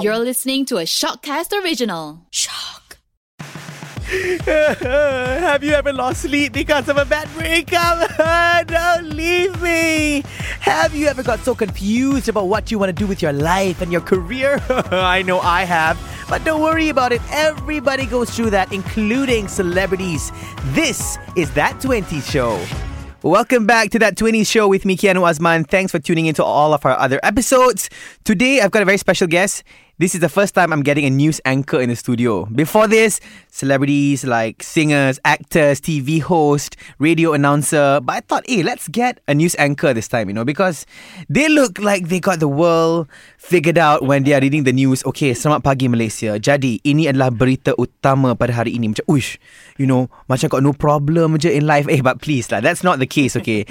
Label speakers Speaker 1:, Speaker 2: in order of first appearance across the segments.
Speaker 1: You're listening to a Shockcast original.
Speaker 2: Shock.
Speaker 3: Have you ever lost sleep because of a bad breakup? Don't leave me. Have you ever got so confused about what you want to do with your life and your career? I know I have. But don't worry about it. Everybody goes through that, including celebrities. This is That 20 Show. Welcome back to That 20 Show with me, Keanu Osman. Thanks for tuning into all of our other episodes. Today, I've got a very special guest. This is the first time I'm getting a news anchor in the studio. Before this, celebrities like singers, actors, TV host, radio announcer. But I thought, hey, let's get a news anchor this time, you know, because they look like they got the world figured out when they are reading the news. Okay, selamat pagi Malaysia. Jadi, ini adalah berita utama pada hari ini. Macam, uish, you know, macam got no problem je in life. Eh, but please lah, that's not the case, okay?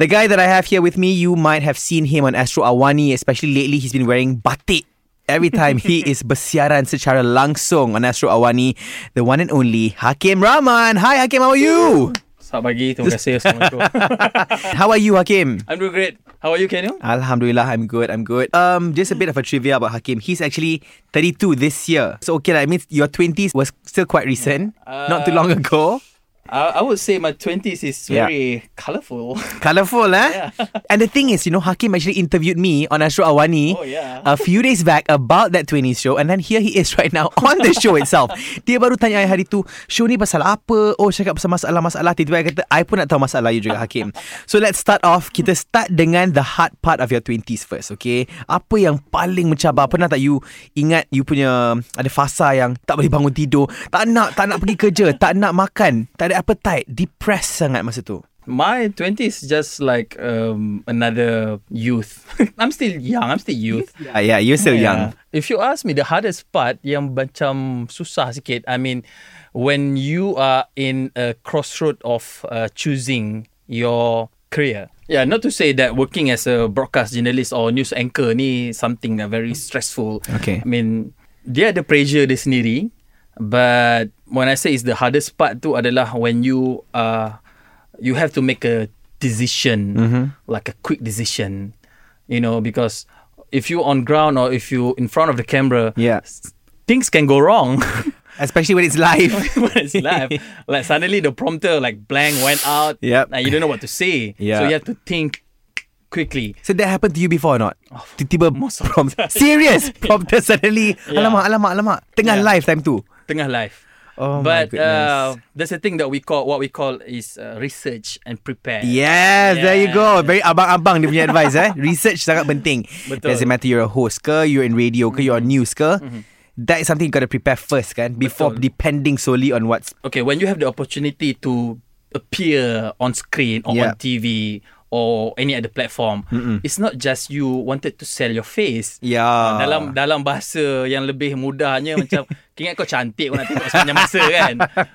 Speaker 3: the guy that I have here with me, you might have seen him on Astro Awani, especially lately he's been wearing batik every time he is bersiaran secara langsung on Astro Awani, the one and only Hakim Rahman. Hi Hakim, how are you?
Speaker 4: Selamat pagi, terima kasih. Assalamualaikum.
Speaker 3: How are you, Hakim?
Speaker 4: I'm doing great. How are you, Kenyo?
Speaker 3: Alhamdulillah, I'm good. I'm good. Um, just a bit of a trivia about Hakim. He's actually 32 this year. So okay, that means your 20s was still quite recent, not too long ago.
Speaker 4: I, I would say my 20s is
Speaker 3: Yeah.
Speaker 4: very colourful.
Speaker 3: Colorful, eh? and the thing is, you know, Hakim actually interviewed me on Astro Awani
Speaker 4: Oh, yeah.
Speaker 3: a few days back about that 20s show. And then here he is right now on the show itself. Dia baru tanya I hari tu, show ni pasal apa? Oh, cakap pasal masalah-masalah. Tiba-tiba I kata, I pun nak tahu masalah you juga, Hakim. so let's start off. Kita start dengan the hard part of your 20s first, okay? Apa yang paling mencabar? Pernah tak you ingat you punya ada fasa yang tak boleh bangun tidur, tak nak tak nak pergi kerja, tak nak makan, tak ada appetite, depressed sangat masa tu?
Speaker 4: My 20s is just like um, another youth. I'm still young, I'm still youth.
Speaker 3: Ah, yeah, you're still young.
Speaker 4: If you ask me, the hardest part yang macam susah sikit, I mean, when you are in a crossroad of uh, choosing your career. Yeah, not to say that working as a broadcast journalist or news anchor ni something that very stressful.
Speaker 3: Okay.
Speaker 4: I mean, dia ada pressure dia sendiri. But when I say it's the hardest part tu adalah when you uh, you have to make a decision,
Speaker 3: Mm-hmm.
Speaker 4: like a quick decision, you know, because if you on ground or if you in front of the camera,
Speaker 3: Yeah.
Speaker 4: s- things can go wrong.
Speaker 3: Especially when it's live.
Speaker 4: when it's live, like suddenly the prompter like blank went out.
Speaker 3: Yep.
Speaker 4: and you don't know what to say.
Speaker 3: Yeah.
Speaker 4: so you have to think quickly.
Speaker 3: so that happened to you before or not? Tiba-tiba
Speaker 4: Oh, most of the
Speaker 3: prompt.
Speaker 4: time.
Speaker 3: Serious? Prompter suddenly.
Speaker 4: Yeah.
Speaker 3: Alamak, alamak, alamak. Tengah
Speaker 4: Yeah.
Speaker 3: live time tu.
Speaker 4: tengah live.
Speaker 3: Oh my
Speaker 4: but uh,
Speaker 3: goodness.
Speaker 4: there's a thing that we call what we call is uh, research and prepare.
Speaker 3: Yes, there you go.
Speaker 4: Yes.
Speaker 3: Very abang-abang dia punya advice eh. Research sangat penting.
Speaker 4: Betul. Mm-hmm.
Speaker 3: Doesn't matter you're a host ke, you're in radio ke, you're on news ke. That is something you gotta prepare first kan before
Speaker 4: Betul.
Speaker 3: depending solely on what's
Speaker 4: Okay, when you have the opportunity to appear on screen or
Speaker 3: Yeah.
Speaker 4: on TV or any other platform, it's not just you wanted to sell your face.
Speaker 3: Yeah.
Speaker 4: Dalam dalam bahasa yang lebih mudahnya macam ingat kau cantik kau nak tengok sepanjang masa kan.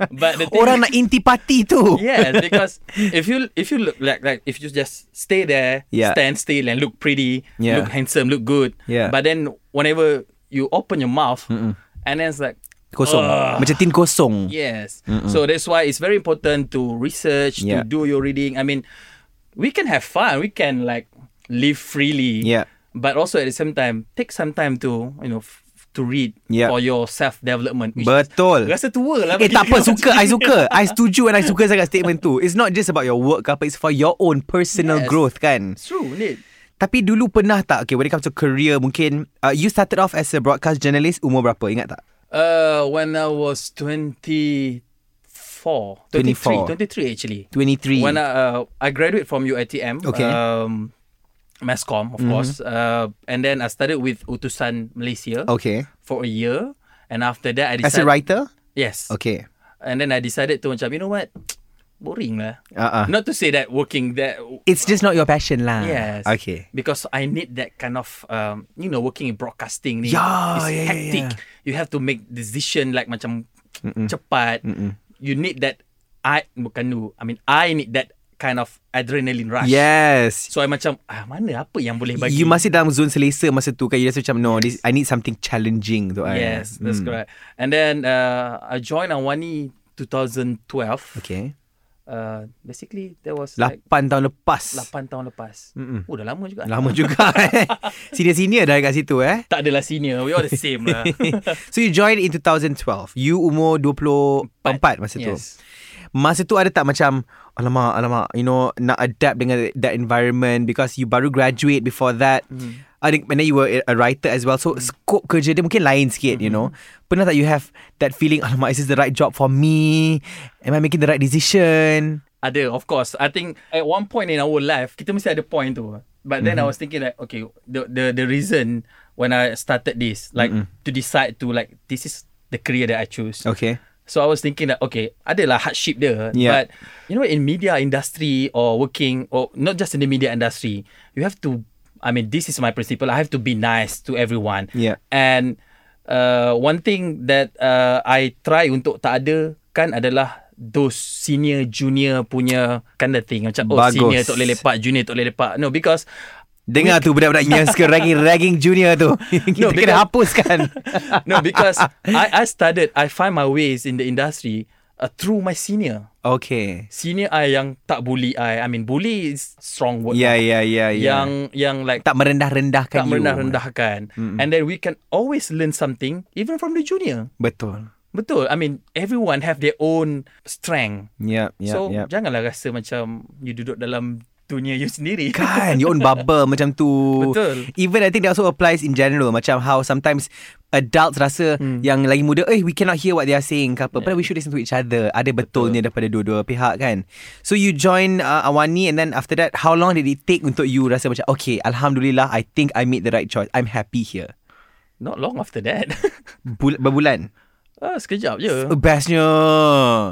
Speaker 4: But the thing
Speaker 3: orang nak intipati tu.
Speaker 4: Yes, because if you if you look like like if you just stay there,
Speaker 3: Yeah.
Speaker 4: stand still and look pretty,
Speaker 3: Yeah.
Speaker 4: look handsome, look good.
Speaker 3: Yeah.
Speaker 4: But then whenever you open your mouth, and then it's like
Speaker 3: Kosong.
Speaker 4: Ugh.
Speaker 3: Macam tin kosong.
Speaker 4: yes. So that's why it's very important to research,
Speaker 3: Yeah.
Speaker 4: to do your reading. I mean, we can have fun. We can like live freely.
Speaker 3: Yeah.
Speaker 4: But also at the same time, take some time to you know f- to read
Speaker 3: Yeah.
Speaker 4: for your self development.
Speaker 3: Betul.
Speaker 4: Rasa tua lah.
Speaker 3: Eh
Speaker 4: bagi
Speaker 3: tak apa
Speaker 4: kau.
Speaker 3: Suka I suka I setuju And I suka sangat statement tu It's not just about your work ke apa It's for your own personal yes.
Speaker 4: Yes.
Speaker 3: growth kan
Speaker 4: It's true, ni.
Speaker 3: Tapi dulu pernah tak Okay when it comes to career Mungkin uh, You started off as a broadcast journalist Umur berapa ingat tak?
Speaker 4: Uh, when I was 24,
Speaker 3: 24.
Speaker 4: 23, 23 actually.
Speaker 3: 23
Speaker 4: When I, uh, I graduated from UITM,
Speaker 3: Okay. Mm-hmm.
Speaker 4: um, mass comm, of course, uh, and then I started with Utusan Malaysia
Speaker 3: Okay
Speaker 4: for a year, and after that I
Speaker 3: As a
Speaker 4: decided
Speaker 3: writer?
Speaker 4: yes,
Speaker 3: Okay
Speaker 4: and then I decided to macam you know what, boring lah.
Speaker 3: Uh-uh.
Speaker 4: Not to say that working that
Speaker 3: It's just not your passion lah
Speaker 4: Yes.
Speaker 3: Okay
Speaker 4: Because I need that kind of um, you know working in broadcasting ni.
Speaker 3: Yeah,
Speaker 4: it's
Speaker 3: yeah, yeah,
Speaker 4: hectic. You have to make decision like macam cepat. You need that I bukan you. I mean I need that kind of adrenaline rush.
Speaker 3: Yes
Speaker 4: So I macam ah mana apa yang boleh bagi.
Speaker 3: You masih dalam zone selesa masa tu kan You rasa macam No this, I need something challenging tu kan?
Speaker 4: Yes, that's
Speaker 3: Mm.
Speaker 4: correct. And then uh, I joined Awani 2012.
Speaker 3: Okay
Speaker 4: uh, basically that was like
Speaker 3: Lapan tahun lepas.
Speaker 4: 8 tahun lepas.
Speaker 3: Mm-mm.
Speaker 4: Oh dah lama juga.
Speaker 3: Lama juga eh. Senior-senior dah kat situ eh.
Speaker 4: Tak adalah senior. We all the same lah.
Speaker 3: so you joined in 2012. You umur 24 masa tu.
Speaker 4: Yes.
Speaker 3: Masa tu ada tak macam alamak alamak you know nak adapt dengan that environment because you baru graduate before that.
Speaker 4: Mm-hmm.
Speaker 3: Mm. I think and then you were a writer as well. So scope kerja dia mungkin lain sikit, mm-hmm. you know. Pernah tak you have that feeling alamak is this the right job for me? Am I making the right decision?
Speaker 4: Ada, of course. I think at one point in our life, kita mesti ada point tu. But then mm-hmm. I was thinking like, okay, the the the reason when I started this, like mm-hmm. to decide to like this is the career that I choose.
Speaker 3: Okay.
Speaker 4: So I was thinking that okay, adalah hardship dia,
Speaker 3: Yeah.
Speaker 4: but you know in media industry or working or not just in the media industry, you have to. I mean, this is my principle. I have to be nice to everyone.
Speaker 3: Yeah.
Speaker 4: And uh, one thing that uh, I try untuk tak ada kan adalah those senior junior punya kind of thing macam oh
Speaker 3: Bagus.
Speaker 4: senior tak boleh lepak junior tak boleh lepak no because
Speaker 3: Dengar tu budak-budak yang suka ragging-ragging junior tu. Kita
Speaker 4: No,
Speaker 3: kena
Speaker 4: because-
Speaker 3: hapuskan.
Speaker 4: no because I I started I find my ways in the industry uh, through my senior
Speaker 3: Okay.
Speaker 4: senior I yang tak bully I. I mean bully is strong word.
Speaker 3: Ya, ya, ya, ya.
Speaker 4: Yang yang like
Speaker 3: tak merendah-rendahkan
Speaker 4: tak
Speaker 3: you.
Speaker 4: merendah-rendahkan. And then we can always learn something even from the junior.
Speaker 3: Betul.
Speaker 4: Betul. I mean everyone have their own strength.
Speaker 3: Yep, yep,
Speaker 4: so
Speaker 3: yep.
Speaker 4: janganlah rasa macam you duduk dalam dunia you sendiri.
Speaker 3: Kan Your own bubble Macam tu
Speaker 4: Betul.
Speaker 3: Even I think that also applies In general Macam how sometimes Adults rasa hmm. Yang lagi muda Eh we cannot hear What they are saying ke apa But we should listen to each other Ada betulnya Daripada dua-dua pihak kan So you join uh, Awani And then after that How long did it take Untuk you rasa macam Okay Alhamdulillah I think I made the right choice I'm happy here
Speaker 4: Not long after that.
Speaker 3: Bul- Berbulan
Speaker 4: ah, sekejap je.
Speaker 3: oh, Bestnya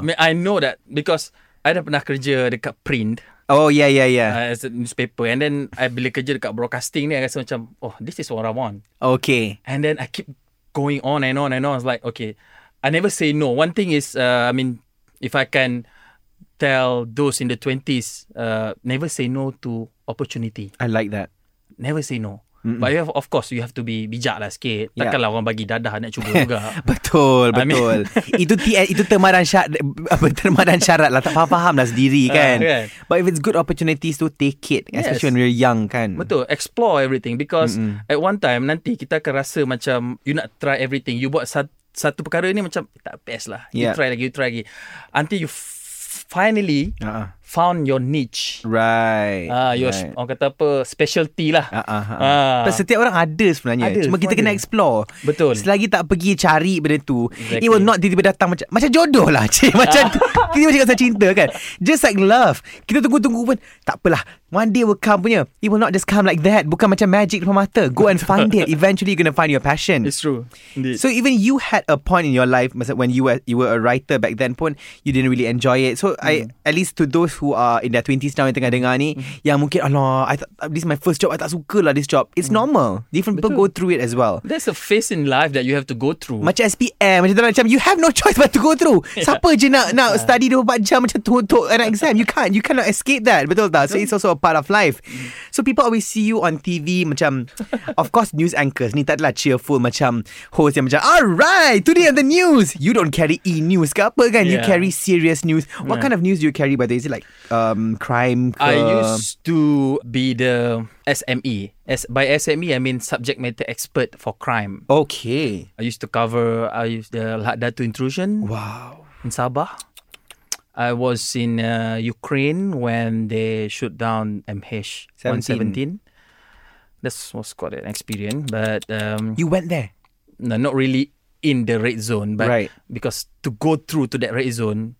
Speaker 4: I, mean, I know that because I dah pernah kerja dekat print.
Speaker 3: Oh yeah yeah yeah
Speaker 4: Uh, as a newspaper and then I bila kerja dekat broadcasting ni I rasa macam oh this is what I want
Speaker 3: Okay
Speaker 4: And then I keep going on and on and on. It's like, okay, I never say no. One thing is, uh, I mean, if I can tell those in the 20s, uh, never say no to opportunity.
Speaker 3: I like that
Speaker 4: Never say no. Mm-mm. But you have, of course, you have to be bijak lah sikit.
Speaker 3: Yeah.
Speaker 4: Takkanlah orang bagi dadah nak cuba juga.
Speaker 3: Betul,
Speaker 4: I mean-
Speaker 3: betul. itu ti- itu termadan syarat apa termadan syarat lah tak faham lah sendiri
Speaker 4: Ah,
Speaker 3: kan.
Speaker 4: kan.
Speaker 3: But if it's good opportunities to take it, especially when we're young kan.
Speaker 4: Betul, explore everything because Mm-mm. at one time nanti kita akan rasa macam you nak try everything. You buat sat- satu perkara ni macam tak best lah.
Speaker 3: Yeah.
Speaker 4: You try lagi, you try lagi. Until you f- finally
Speaker 3: Uh-uh.
Speaker 4: found your niche.
Speaker 3: Right.
Speaker 4: Ah, your
Speaker 3: right.
Speaker 4: orang kata apa specialty lah.
Speaker 3: Ah, ah, ah.
Speaker 4: Ah.
Speaker 3: Plus, setiap orang ada sebenarnya.
Speaker 4: Ada,
Speaker 3: Cuma kita
Speaker 4: semua
Speaker 3: kena
Speaker 4: ada.
Speaker 3: explore.
Speaker 4: Betul.
Speaker 3: Selagi tak pergi cari benda tu,
Speaker 4: Exactly.
Speaker 3: it will not tiba-tiba datang macam macam jodoh lah. Cik. Macam tu. kita macam pasal cinta kan. Just like love. Kita tunggu-tunggu pun tak apalah. One day will come punya. It will not just come like that. Bukan macam magic depan mata. Go and find it. Eventually you're going to find your passion.
Speaker 4: It's true. Indeed.
Speaker 3: So even you had a point in your life masa- when you were you were a writer back then pun you didn't really enjoy it. So I at least to those who are in their 20s now yang tengah dengar ni yang mungkin Allah I tak, this is my first job I tak suka lah this job. It's normal. Different people go through it as well.
Speaker 4: There's a phase in life that you have to go through.
Speaker 3: Macam SPM Macam tu lah, macam You have no choice But to go through Siapa je nak Nak study 24 jam Macam tu Untuk an exam You can't You cannot escape that Betul tak So it's also a part of life
Speaker 4: Mm.
Speaker 3: So people always see you on TV Macam Of course news anchors Ni tak adalah cheerful Macam host yang macam Alright Today on the news You don't carry e-news ke apa kan You
Speaker 4: Yeah.
Speaker 3: carry serious news What
Speaker 4: Yeah.
Speaker 3: kind of news do you carry by the way? Is it like um, Crime ke?
Speaker 4: I used to be the SME. As by SME, I mean subject matter expert for crime.
Speaker 3: Okay
Speaker 4: I used to cover. I used the Lak Datu intrusion
Speaker 3: Wow
Speaker 4: in Sabah. I was in uh, Ukraine when they shut down MH 117. This was quite an experience, but um,
Speaker 3: You went there
Speaker 4: no, not really in the red zone, but
Speaker 3: Right.
Speaker 4: because to go through to that red zone,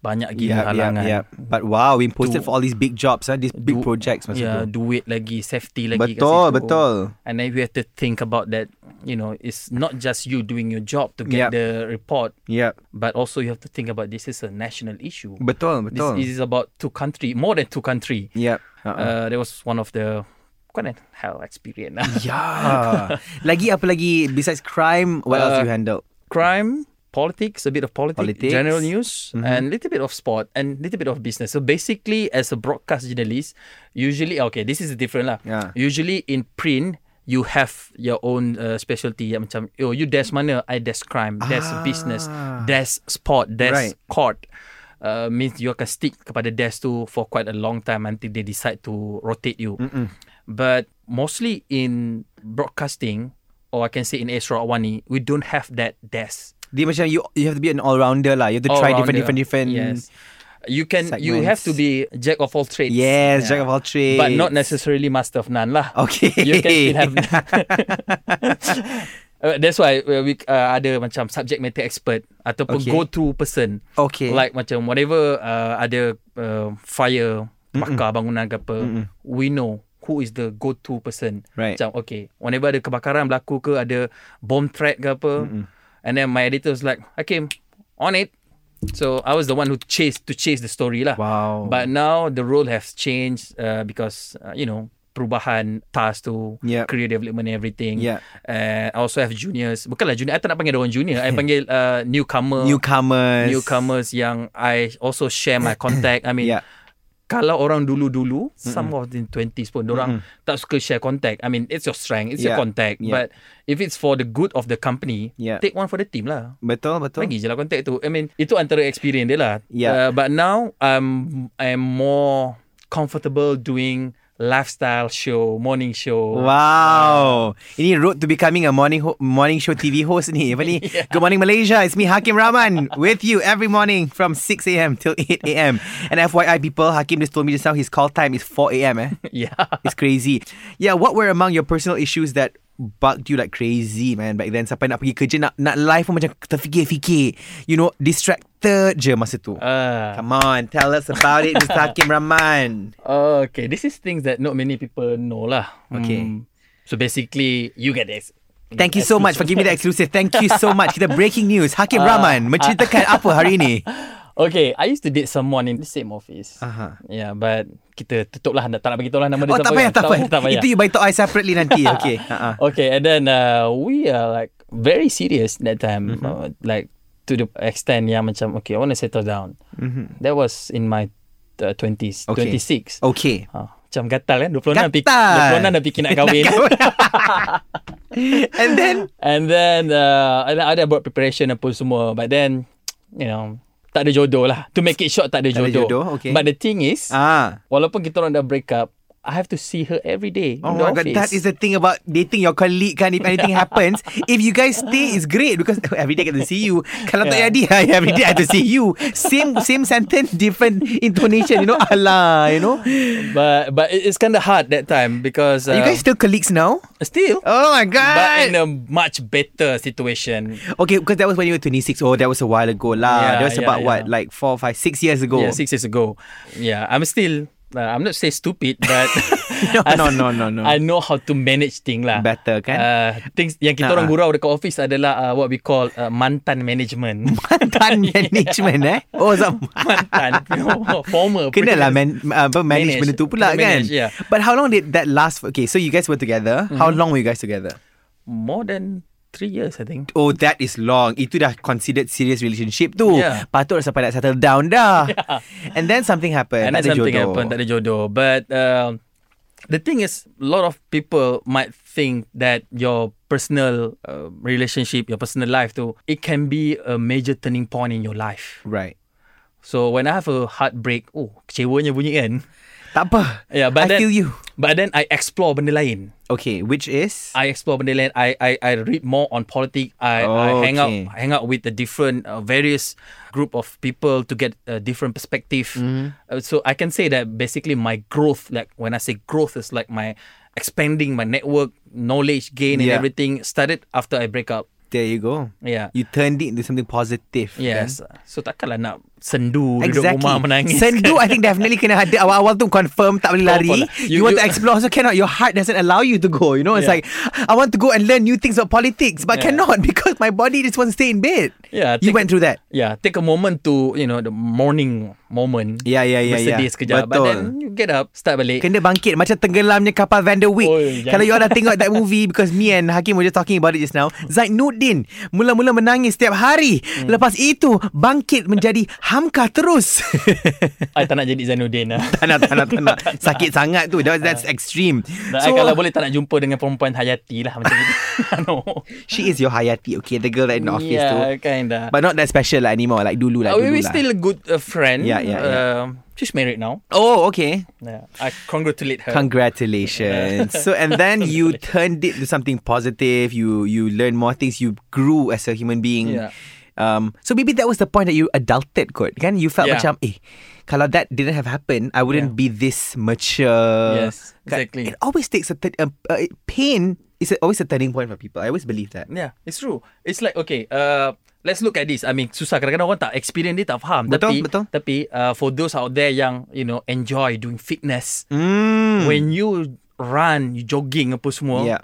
Speaker 4: banyak gila halangan.
Speaker 3: But wow, we posted
Speaker 4: Do-
Speaker 3: for all these big jobs, huh? these big
Speaker 4: Du-
Speaker 3: projects masa
Speaker 4: yeah,
Speaker 3: tu.
Speaker 4: duit lagi, safety lagi. kat
Speaker 3: Betul,
Speaker 4: situ.
Speaker 3: betul.
Speaker 4: And then we have to think about that. You know, it's not just you doing your job to
Speaker 3: Yep.
Speaker 4: get the report,
Speaker 3: Yeah,
Speaker 4: but also you have to think about this is a national issue.
Speaker 3: betul, betul.
Speaker 4: This is about two country, more than two country.
Speaker 3: yeah. Uh-uh.
Speaker 4: Uh, that was one of the quite a hell experience.
Speaker 3: Ya. yeah. lagi apa lagi besides crime? What else you
Speaker 4: Uh,
Speaker 3: handle?
Speaker 4: crime, politics, a bit of politics,
Speaker 3: Politics. Mm-hmm.
Speaker 4: general news, and a little bit of sport and a little bit of business. So basically, as a broadcast journalist, usually okay, this is different lah.
Speaker 3: Yeah.
Speaker 4: Usually in print, you have your own uh, specialty. Yang macam, oh, you desk mana? I desk crime, desk business,
Speaker 3: Ah.
Speaker 4: desk sport, desk
Speaker 3: Right.
Speaker 4: court. uh, means you akan stick kepada desk tu for quite a long time until they decide to rotate you. But mostly in broadcasting or I can say in Astro Awani, we don't have that desk.
Speaker 3: Dia macam you you have to be an all rounder lah. You have to try different different
Speaker 4: All-rounder.
Speaker 3: different.
Speaker 4: Yes. You can you
Speaker 3: segments.
Speaker 4: have to be jack of all trades.
Speaker 3: Yes, jack of all trades.
Speaker 4: But not necessarily master of none lah.
Speaker 3: Okay.
Speaker 4: You can still have Uh, that's why uh, we uh, ada macam subject matter expert ataupun
Speaker 3: Okay.
Speaker 4: go through person.
Speaker 3: Okay.
Speaker 4: Like macam whatever uh, ada uh, fire bakar bangunan ke apa, we know who is the go to person.
Speaker 3: Right.
Speaker 4: Macam okay, whenever ada kebakaran berlaku ke ada bomb threat ke apa. And then my editor was like, "Okay, on it." So I was the one who chased to chase the story lah.
Speaker 3: Wow.
Speaker 4: But now the role has changed uh, because uh, you know perubahan task tu
Speaker 3: Yep.
Speaker 4: career development and everything.
Speaker 3: Yep.
Speaker 4: And I also have juniors. Bukanlah junior, I tak nak panggil orang junior. I panggil uh, newcomer.
Speaker 3: newcomers.
Speaker 4: Newcomers yang I also share my contact. I mean,
Speaker 3: Yeah.
Speaker 4: kalau orang dulu-dulu, some of the 20s pun, orang tak suka share contact. I mean, it's your strength, it's your
Speaker 3: Yeah.
Speaker 4: contact.
Speaker 3: Yeah.
Speaker 4: But if it's for the good of the company,
Speaker 3: Yeah.
Speaker 4: take one for the team lah.
Speaker 3: Betul betul.
Speaker 4: Bagi je lah contact tu. I mean, itu antara experience dia lah.
Speaker 3: Yeah.
Speaker 4: Uh, but now, I'm, I'm more comfortable doing lifestyle show, morning show.
Speaker 3: Wow. Ini road to becoming a morning ho- morning show TV host ni. Apa ni? Good morning Malaysia. It's me Hakim Rahman with you every morning from 6 a.m. till 8 a.m. And FYI people, Hakim just told me just now his call time is 4 a.m. eh.
Speaker 4: Yeah.
Speaker 3: It's crazy. Yeah, what were among your personal issues that bugged you like crazy, man, back then? Sampai nak pergi kerja, nak, nak live pun macam terfikir-fikir. You know, distracted je masa tu.
Speaker 4: Ah.
Speaker 3: Come on, tell us about it, Mr. Hakim Rahman.
Speaker 4: Okay, this is things that not many people know lah.
Speaker 3: Okay.
Speaker 4: So basically, you get this.
Speaker 3: Thank you so much for giving me the exclusive. Thank you so much. Kita breaking news. Hakim
Speaker 4: Ah,
Speaker 3: Rahman menceritakan apa hari ini?
Speaker 4: Okay, I used to date someone in the same office.
Speaker 3: Aha.
Speaker 4: Yeah, but kita tutup lah. Tak nak bagi tahu lah nama dia
Speaker 3: Oh, tak
Speaker 4: siapa
Speaker 3: payah,
Speaker 4: kan.
Speaker 3: tak payah.
Speaker 4: Tak payah.
Speaker 3: Itu you by talk I separately nanti. Okay. Uh-uh.
Speaker 4: Okay, and then uh, we are like very serious that time.
Speaker 3: Mm-hmm.
Speaker 4: Uh, like to the extent yang macam, okay, I want to settle down. That was in my uh, 20s,
Speaker 3: Mm-hmm. Okay.
Speaker 4: 26.
Speaker 3: Okay.
Speaker 4: Ah, macam gatal kan 26 dah pik-
Speaker 3: Gatal.
Speaker 4: 26 dah fikir nak kahwin
Speaker 3: And then?
Speaker 4: And then uh, ada ada buat preparation apa semua. But then you know tak ada jodoh lah. To make it short tak ada
Speaker 3: Tak ada
Speaker 4: jodoh.
Speaker 3: jodoh, okay.
Speaker 4: But the thing is uh.
Speaker 3: Ah.
Speaker 4: walaupun kita orang dah break up, I have to see her every day.
Speaker 3: Oh
Speaker 4: in the
Speaker 3: my god,
Speaker 4: office.
Speaker 3: that is the thing about dating your colleague kan. If anything happens, if you guys stay, it's great because every day I get to see you. Kalau tak
Speaker 4: Yeah.
Speaker 3: jadi, I- every day I have to see you. Same same sentence, different intonation. You know, Allah, you know.
Speaker 4: But but it- it's kind of hard that time because
Speaker 3: Are
Speaker 4: uh,
Speaker 3: you guys still colleagues now?
Speaker 4: still
Speaker 3: Oh my
Speaker 4: but
Speaker 3: god.
Speaker 4: in a much better situation.
Speaker 3: Okay, because that was when you were 26. Oh, that was a while ago lah.
Speaker 4: Yeah,
Speaker 3: that was
Speaker 4: yeah,
Speaker 3: about what,
Speaker 4: yeah.
Speaker 3: like four, five, six years ago.
Speaker 4: Yeah, six years ago. Yeah, I'm still. Uh, I'm not say stupid, but
Speaker 3: No,
Speaker 4: I-
Speaker 3: no, no, no, no.
Speaker 4: I know how to manage thing lah.
Speaker 3: Better, kan?
Speaker 4: Uh, things yang
Speaker 3: Ah,
Speaker 4: kita
Speaker 3: ah.
Speaker 4: orang gurau dekat office adalah uh, what we call uh, mantan management.
Speaker 3: Mantan management eh. Oh, so,
Speaker 4: mantan, you know, former.
Speaker 3: Kenalah
Speaker 4: previous.
Speaker 3: man, uh, apa, manage,
Speaker 4: Manage.
Speaker 3: benda tu pula
Speaker 4: Kena
Speaker 3: kan
Speaker 4: manage, yeah. Mm-hmm.
Speaker 3: But how long did that last for? Okay so you guys were together How long were you guys together?
Speaker 4: More than three years, I think.
Speaker 3: Oh that is long Itu dah considered serious relationship tu
Speaker 4: Yeah.
Speaker 3: Patut sampai nak settle down dah And then something happened
Speaker 4: And then
Speaker 3: Eh, tak ada
Speaker 4: something
Speaker 3: jodoh.
Speaker 4: happened, tak ada jodoh. But um, the thing is, a lot of people might think that your personal uh, relationship, your personal life too, it can be a major turning point in your life.
Speaker 3: Right
Speaker 4: So when I have a heartbreak, oh, kecewanya bunyi kan.
Speaker 3: Tak apa
Speaker 4: Yeah, but
Speaker 3: I
Speaker 4: then,
Speaker 3: feel you
Speaker 4: But then I explore benda lain.
Speaker 3: Okay which is
Speaker 4: I explore benda lain. I I, I read more on politics. I,
Speaker 3: Oh,
Speaker 4: I hang out
Speaker 3: okay.
Speaker 4: hang out with the different uh, various group of people to get a different perspective.
Speaker 3: Mm-hmm.
Speaker 4: Uh, so I can say that basically my growth, like when I say growth, is like my expanding my network, knowledge gain, and
Speaker 3: Yeah.
Speaker 4: everything started after I break up.
Speaker 3: There you go
Speaker 4: Yeah.
Speaker 3: You turned it into something positive kan?
Speaker 4: Yes. Uh, So takkanlah nak sendu duduk
Speaker 3: Exactly
Speaker 4: rumah menangis.
Speaker 3: Sendu I think definitely kena ada Awal-awal tu confirm Tak boleh
Speaker 4: Oh,
Speaker 3: lari
Speaker 4: pula.
Speaker 3: you,
Speaker 4: You-
Speaker 3: want
Speaker 4: you-
Speaker 3: to explore Also cannot Your heart doesn't allow you to go You know It's like
Speaker 4: Yeah.
Speaker 3: I want to go and learn New things about politics But I
Speaker 4: Yeah.
Speaker 3: cannot Because my body Just wants to stay in bed
Speaker 4: Yeah,
Speaker 3: You
Speaker 4: take-
Speaker 3: went through that
Speaker 4: Yeah, take a moment to, you know, the morning moment.
Speaker 3: Yeah, yeah, yeah,
Speaker 4: Bersedih
Speaker 3: yeah.
Speaker 4: sekejap. But
Speaker 3: Betul.
Speaker 4: then you get up, start balik.
Speaker 3: Kena bangkit Macam tenggelamnya kapal Van der Wijk
Speaker 4: Oh, jangan.
Speaker 3: Kalau you all dah tengok that movie Because me and Hakim Were just talking about it
Speaker 4: Hmm.
Speaker 3: just now Zainuddin Mula-mula menangis setiap hari Lepas itu Bangkit menjadi Hamka terus
Speaker 4: I tak nak jadi Zainuddin lah.
Speaker 3: Tak nak, tak nak, tak nak Sakit sangat tu That, That's extreme
Speaker 4: Dan so, I kalau boleh tak Ah. nak jumpa dengan perempuan Hayati lah macam itu. no.
Speaker 3: She is your Hayati Okay the girl that in the office
Speaker 4: yeah,
Speaker 3: tu
Speaker 4: kinda.
Speaker 3: But not that special lah anymore Like dulu lah
Speaker 4: uh, we,
Speaker 3: dulu
Speaker 4: we
Speaker 3: lah.
Speaker 4: still a good uh, friend.
Speaker 3: Yeah, yeah, yeah.
Speaker 4: Um, she's married now.
Speaker 3: Oh okay
Speaker 4: Yeah. I congratulate her.
Speaker 3: Congratulations. so and then you turned it to something positive. You you learned more things. You grew as a human being.
Speaker 4: Yeah.
Speaker 3: Um, so maybe that was the point that you adulted kot kan you felt
Speaker 4: Yeah.
Speaker 3: macam eh kalau that didn't have happened I wouldn't be this mature
Speaker 4: Yes, exactly.
Speaker 3: it always takes a, t- a, a pain is always a turning point for people I always believe that
Speaker 4: yeah, it's true. It's like okay, uh, let's look at this. I mean, susah kadang-kadang orang tak experience dia tak faham.
Speaker 3: Betul,
Speaker 4: tapi,
Speaker 3: betul.
Speaker 4: Tapi uh, for those out there yang you know enjoy doing fitness,
Speaker 3: mm.
Speaker 4: when you run, you jogging apa semua,
Speaker 3: yeah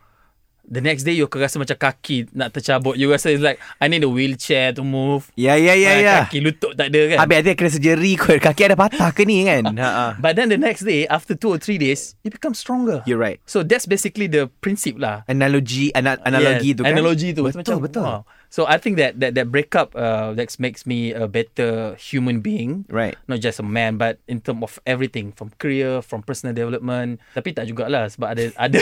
Speaker 4: the next day you akan rasa macam kaki nak tercabut. You rasa it's like I need a wheelchair to move.
Speaker 3: yeah yeah yeah
Speaker 4: Ah,
Speaker 3: yeah
Speaker 4: Kaki lutut tak ada kan.
Speaker 3: ya, Habis ada kena surgery kot Kaki ada patah ke ni kan Ha-ha.
Speaker 4: But then the next day, after two or three days, you become stronger.
Speaker 3: You're right
Speaker 4: So that's basically the principle lah.
Speaker 3: Analogi ana- Analogi
Speaker 4: Yes,
Speaker 3: tu kan
Speaker 4: Analogi tu.
Speaker 3: Betul
Speaker 4: Macam,
Speaker 3: betul
Speaker 4: wow. So I think that that that breakup uh, that makes me a better human being.
Speaker 3: Right.
Speaker 4: Not just a man, but in term of everything, from career, from personal development. Tapi tak jugalah sebab ada ada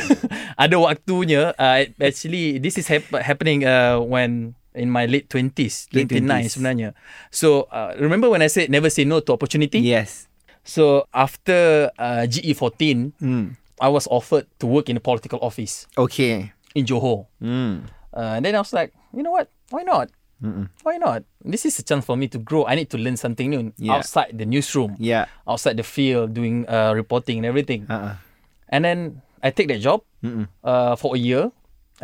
Speaker 4: ada waktunya. Uh, actually, this is hap- happening uh, when in my late twenties, late
Speaker 3: Late 20s.
Speaker 4: 29 sebenarnya. So uh, remember when I said never say no to opportunity?
Speaker 3: Yes
Speaker 4: So after uh, GE14,
Speaker 3: Hmm.
Speaker 4: I was offered to work in a political office
Speaker 3: Okay
Speaker 4: in Johor.
Speaker 3: Hmm.
Speaker 4: Uh, and then I was like, you know what? Why not? Why not? This is a chance for me to grow. I need to learn something new
Speaker 3: Yeah.
Speaker 4: outside the newsroom,
Speaker 3: Yeah
Speaker 4: outside the field, doing uh, reporting and everything.
Speaker 3: Ya. uh-uh.
Speaker 4: And then I take that job uh, for a year.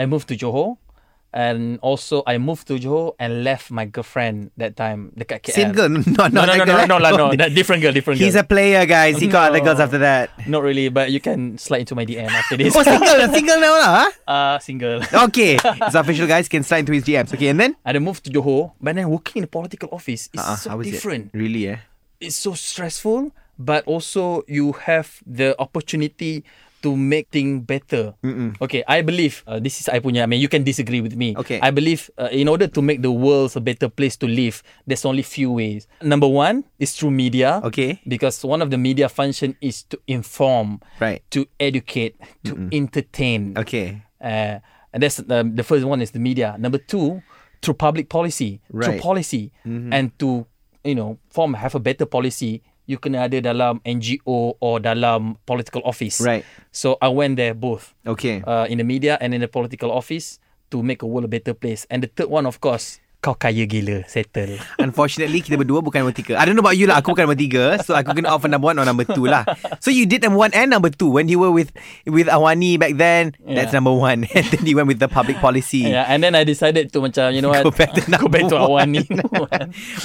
Speaker 4: I moved to Johor. And also, I moved to Johor and left my girlfriend that time dekat KL.
Speaker 3: Same girl No
Speaker 4: uh, No,
Speaker 3: no
Speaker 4: no, no, no, no, no, no, no, no, different girl, different girl.
Speaker 3: He's a player guys He got other girls
Speaker 4: No.
Speaker 3: after that
Speaker 4: Not really, but you can slide into my DM after this.
Speaker 3: Oh single Single now lah huh?
Speaker 4: uh, single.
Speaker 3: Okay It's official guys Can slide into his DMs Okay and then
Speaker 4: I then moved to Johor, but then working in a political office is
Speaker 3: Uh-uh,
Speaker 4: so different.
Speaker 3: it? Really eh
Speaker 4: It's so stressful, but also you have the opportunity to make things better. Okay, I believe uh, this is I punya. I mean, you can disagree with me.
Speaker 3: Okay.
Speaker 4: I believe uh, in order to make the world a better place to live, there's only few ways. Number one is through media.
Speaker 3: Okay.
Speaker 4: Because one of the media function is to inform,
Speaker 3: Right.
Speaker 4: To educate, to entertain.
Speaker 3: Okay
Speaker 4: Uh, and that's the, the first one is the media. Number two, through public policy,
Speaker 3: Right.
Speaker 4: through
Speaker 3: Mm-hmm.
Speaker 4: policy, and to you know form have a better policy. You kena ada dalam NGO or dalam political office.
Speaker 3: Right.
Speaker 4: So I went there both
Speaker 3: Okay
Speaker 4: uh, in the media and in the political office to make a world a better place. And the third one, of course, kau kaya gila, settle.
Speaker 3: Unfortunately Kita berdua bukan nombor tiga I don't know about you lah Aku bukan nombor tiga So aku kena offer number one Or number two lah So you did number one And number two When you were with With Awani back then That's
Speaker 4: Yeah.
Speaker 3: number one And then you went with the public policy
Speaker 4: yeah. And then I decided to macam you know what,
Speaker 3: Go back to
Speaker 4: go back to
Speaker 3: number
Speaker 4: awal ni.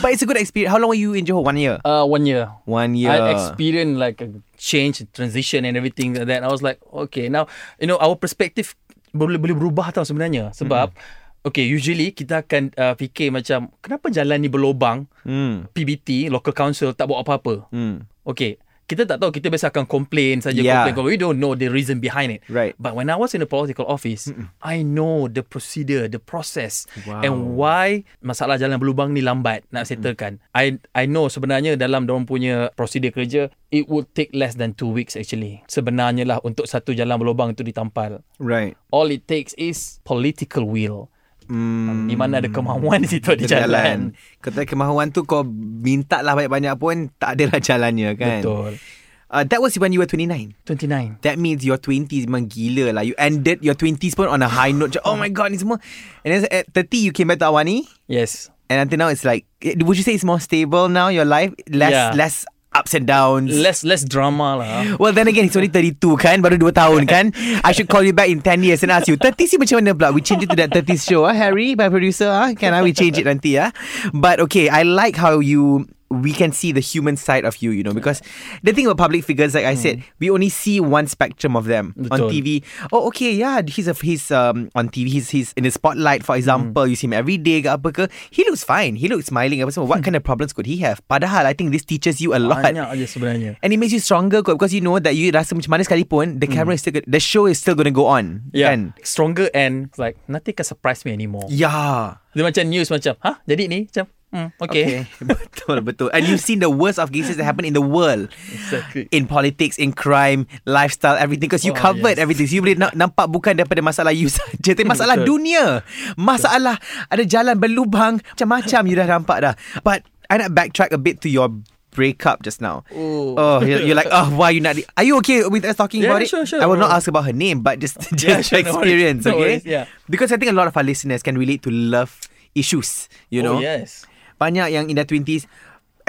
Speaker 3: But it's a good experience How long were you in Johor? One year
Speaker 4: uh, one year.
Speaker 3: One year
Speaker 4: I experienced like a change, transition and everything like that. I was like, okay, now you know our perspective boleh boleh berubah tau sebenarnya sebab
Speaker 3: Hmm.
Speaker 4: okay usually kita akan uh, fikir macam kenapa jalan ni berlobang
Speaker 3: Hmm.
Speaker 4: PBT local council tak buat apa-apa.
Speaker 3: Hmm.
Speaker 4: Okay, kita tak tahu kita biasa akan complain saja
Speaker 3: Yeah.
Speaker 4: complain, complain. We don't know the reason behind it.
Speaker 3: Right.
Speaker 4: But when I was in the political office, I know the procedure, the process
Speaker 3: Hmm.
Speaker 4: and why masalah jalan berlubang ni lambat nak settlekan. I I know sebenarnya dalam dorang punya prosedur kerja, it would take less than two weeks actually. Sebenarnya lah untuk satu jalan berlubang tu ditampal.
Speaker 3: Right.
Speaker 4: All it takes is political will.
Speaker 3: Hmm.
Speaker 4: Mm. Di mana ada kemahuan di situ ada jalan.
Speaker 3: Kata kemahuan tu kau minta lah banyak-banyak pun tak adalah jalannya kan.
Speaker 4: Betul.
Speaker 3: Uh, that was when you were 29.
Speaker 4: 29.
Speaker 3: That means your 20s memang gila lah. You ended your 20s pun on a high note. Macam, Oh my god ni semua. And then at 30 you came back to Awani.
Speaker 4: Yes.
Speaker 3: And until now it's like, eh, would you say it's more stable now your life? Less
Speaker 4: Yeah.
Speaker 3: less ups and downs.
Speaker 4: Less less drama lah.
Speaker 3: Well then again He's only 32 kan Baru 2 tahun kan I should call you back in 10 years And ask you 30 si macam mana pula We change it to that 30s show ah, Harry By producer ah. Can I we change it nanti ah? But okay I like how you We can see the human side of you You know Because The thing about public figures Like I said We only see one spectrum of them On
Speaker 4: Hmm. Betul.
Speaker 3: TV Oh okay yeah He's a, he's um, on TV He's he's in the spotlight For
Speaker 4: Hmm.
Speaker 3: example You see him every day ke apa ke He looks fine He looks smiling apa semua What kind of problems could he have Padahal I think this teaches you a lot
Speaker 4: Hmm. Banyak aja sebenarnya.
Speaker 3: And it makes you stronger kot Because you know that You rasa macam mana sekalipun The camera is still The show is still gonna go on
Speaker 4: Yeah.
Speaker 3: kan?
Speaker 4: Stronger and it's like nothing can surprise me anymore.
Speaker 3: Yeah
Speaker 4: Dia macam news macam, ha? Jadi ni macam okay.
Speaker 3: betul betul. And you've seen the worst of cases that happen in the world.
Speaker 4: Exactly.
Speaker 3: In politics, in crime, lifestyle, everything. Because you
Speaker 4: Oh,
Speaker 3: covered
Speaker 4: yes.
Speaker 3: everything. So you boleh na- nampak bukan daripada masalah you saja. Tapi masalah
Speaker 4: Betul.
Speaker 3: dunia. Masalah ada jalan berlubang. Macam-macam you dah nampak dah. But I nak backtrack a bit to your breakup just now.
Speaker 4: Oh.
Speaker 3: Oh, you're, you're like, oh, why you not? Are you okay with us talking
Speaker 4: Yeah,
Speaker 3: about it?
Speaker 4: sure, sure,
Speaker 3: I will
Speaker 4: no
Speaker 3: not
Speaker 4: worries.
Speaker 3: ask about her name, but just just
Speaker 4: Yeah,
Speaker 3: your
Speaker 4: sure, no worries.
Speaker 3: experience,
Speaker 4: No
Speaker 3: okay?
Speaker 4: worries, yeah.
Speaker 3: Because I think a lot of our listeners can relate to love issues. You know,
Speaker 4: Oh, yes.
Speaker 3: banyak yang in their twenties,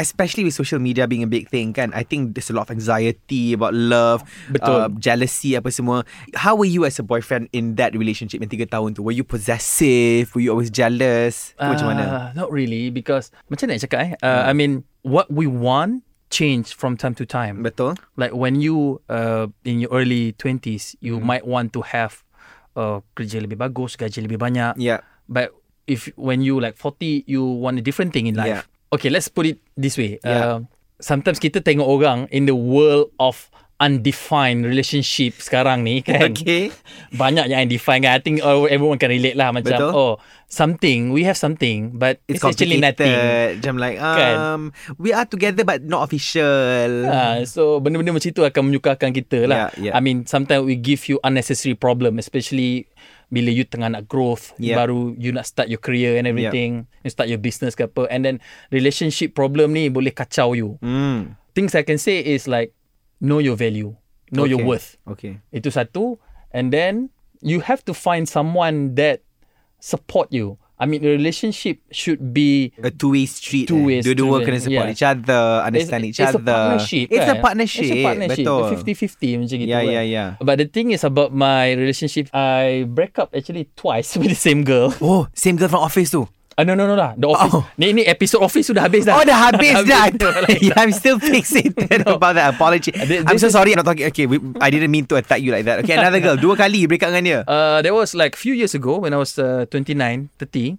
Speaker 3: especially with social media being a big thing, kan? I think there's a lot of anxiety about love, um,
Speaker 4: Betul.
Speaker 3: jealousy, apa semua. How were you as a boyfriend in that relationship in tiga tahun tu? Were you possessive? Were you always jealous? Uh, Macam mana? Hmm.
Speaker 4: Ah, Not really because macam mana nak cakap eh? Uh, I mean, what we want change from time to time.
Speaker 3: Betul.
Speaker 4: like when you uh, in your early 20s you
Speaker 3: Hmm.
Speaker 4: might want to have uh, kerja lebih bagus gaji lebih banyak
Speaker 3: Yeah.
Speaker 4: but if when you like 40 you want a different thing in life
Speaker 3: Yeah.
Speaker 4: okay let's put it this way
Speaker 3: Yeah.
Speaker 4: uh, sometimes kita tengok orang in the world of undefined relationship sekarang ni kan
Speaker 3: Okay.
Speaker 4: banyak yang undefined kan I think uh, everyone can relate lah macam
Speaker 3: Betul.
Speaker 4: oh something we have something but it's, actually nothing
Speaker 3: complicated. Macam like um,
Speaker 4: Kan?
Speaker 3: We are together but not official
Speaker 4: Ah, so benda-benda macam itu akan menyukarkan kita lah.
Speaker 3: Yeah, yeah.
Speaker 4: I mean, sometimes we give you unnecessary problem, especially bila you tengah nak growth,
Speaker 3: Yeah.
Speaker 4: baru you nak start your career and everything, you start your business ke apa, and then relationship problem ni boleh kacau you.
Speaker 3: Hmm.
Speaker 4: Things I can say is like know your value, know your
Speaker 3: Okay.
Speaker 4: worth.
Speaker 3: Okay
Speaker 4: Itu satu, and then you have to find someone that support you. I mean, a relationship should be
Speaker 3: A two-way street eh.
Speaker 4: Two-way
Speaker 3: Dua-dua
Speaker 4: street,
Speaker 3: kena support
Speaker 4: yeah.
Speaker 3: each other Understand
Speaker 4: it's,
Speaker 3: each
Speaker 4: it's
Speaker 3: other
Speaker 4: A partnership,
Speaker 3: It's
Speaker 4: kan?
Speaker 3: a partnership
Speaker 4: It's a partnership.
Speaker 3: Betul
Speaker 4: 50-50 macam gitu.
Speaker 3: Yeah,
Speaker 4: kan?
Speaker 3: yeah, yeah.
Speaker 4: But the thing is about my relationship, I break up actually twice with the same girl.
Speaker 3: Oh same girl from office tu
Speaker 4: Ah, no, no, no lah. The office.
Speaker 3: Oh.
Speaker 4: Ni, ni episode office sudah habis dah.
Speaker 3: Oh dah habis dah
Speaker 4: tu lah.
Speaker 3: yeah, I'm still fixated about that Apology
Speaker 4: This-
Speaker 3: I'm so
Speaker 4: this is-
Speaker 3: sorry I'm not talking Okay we, I didn't mean to attack you like that Okay another girl Dua kali break up dengan dia
Speaker 4: Uh, that was like few years ago when I was uh, 29,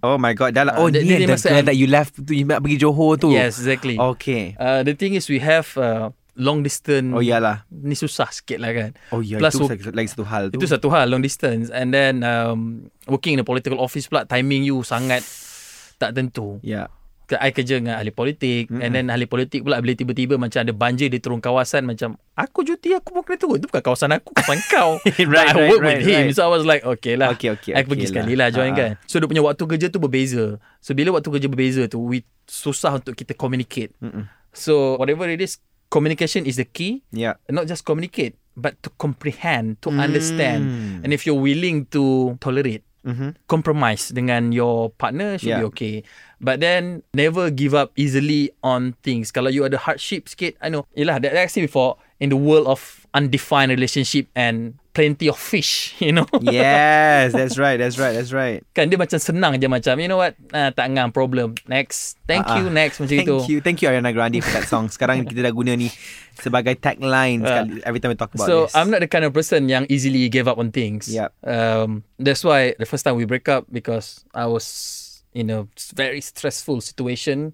Speaker 4: 30.
Speaker 3: Oh my god dah lah. Oh
Speaker 4: Ah, dia-
Speaker 3: ni
Speaker 4: dia- dia
Speaker 3: the
Speaker 4: masa-
Speaker 3: girl that you left tu You nak pergi Johor tu
Speaker 4: Yes, exactly.
Speaker 3: Okay
Speaker 4: Uh, the thing is we have uh, long distance.
Speaker 3: Oh iyalah
Speaker 4: Ni susah sikit lah kan.
Speaker 3: Oh ya
Speaker 4: Plus
Speaker 3: Plus, itu lagi,
Speaker 4: work-
Speaker 3: lagi satu hal tu
Speaker 4: Itu satu hal long distance and then um, working in a political office pula timing you sangat tak tentu.
Speaker 3: Ya
Speaker 4: Ke- I kerja dengan ahli politik mm-hmm. and then ahli politik pula bila tiba-tiba macam ada banjir dia turun kawasan macam aku cuti aku pun kena turun tu bukan kawasan aku kawasan kau
Speaker 3: Right,
Speaker 4: But I
Speaker 3: right,
Speaker 4: work
Speaker 3: right,
Speaker 4: with him
Speaker 3: right.
Speaker 4: so I was like okay lah
Speaker 3: Okay, okay,
Speaker 4: I
Speaker 3: okay
Speaker 4: pergi
Speaker 3: lah.
Speaker 4: sekali lah
Speaker 3: Ah,
Speaker 4: join kan so dia punya waktu kerja tu berbeza so bila waktu kerja berbeza tu we susah untuk kita communicate mm-hmm. so whatever it is communication is the key
Speaker 3: Ya
Speaker 4: not just communicate but to
Speaker 3: Hmm.
Speaker 4: comprehend to understand and if you're willing to tolerate compromise dengan your partner should
Speaker 3: Mm-hmm. Yeah.
Speaker 4: be okay but then never give up easily on things kalau you ada hardship sikit I know yelah that, that I say before in the world of undefined relationship and plenty of fish you know
Speaker 3: Yes, that's right, that's right, that's right.
Speaker 4: kan dia macam senang je macam you know what ah, tak ngam problem next thank
Speaker 3: Ah,
Speaker 4: you next macam
Speaker 3: Thank
Speaker 4: itu
Speaker 3: you, thank you Ariana Grande for that song. Sekarang kita dah guna ni sebagai tagline sekali, every time we talk about
Speaker 4: Ah. so
Speaker 3: this.
Speaker 4: I'm not the kind of person yang easily gave up on things.
Speaker 3: Yep.
Speaker 4: Um, that's why the first time we break up because I was in a very stressful situation,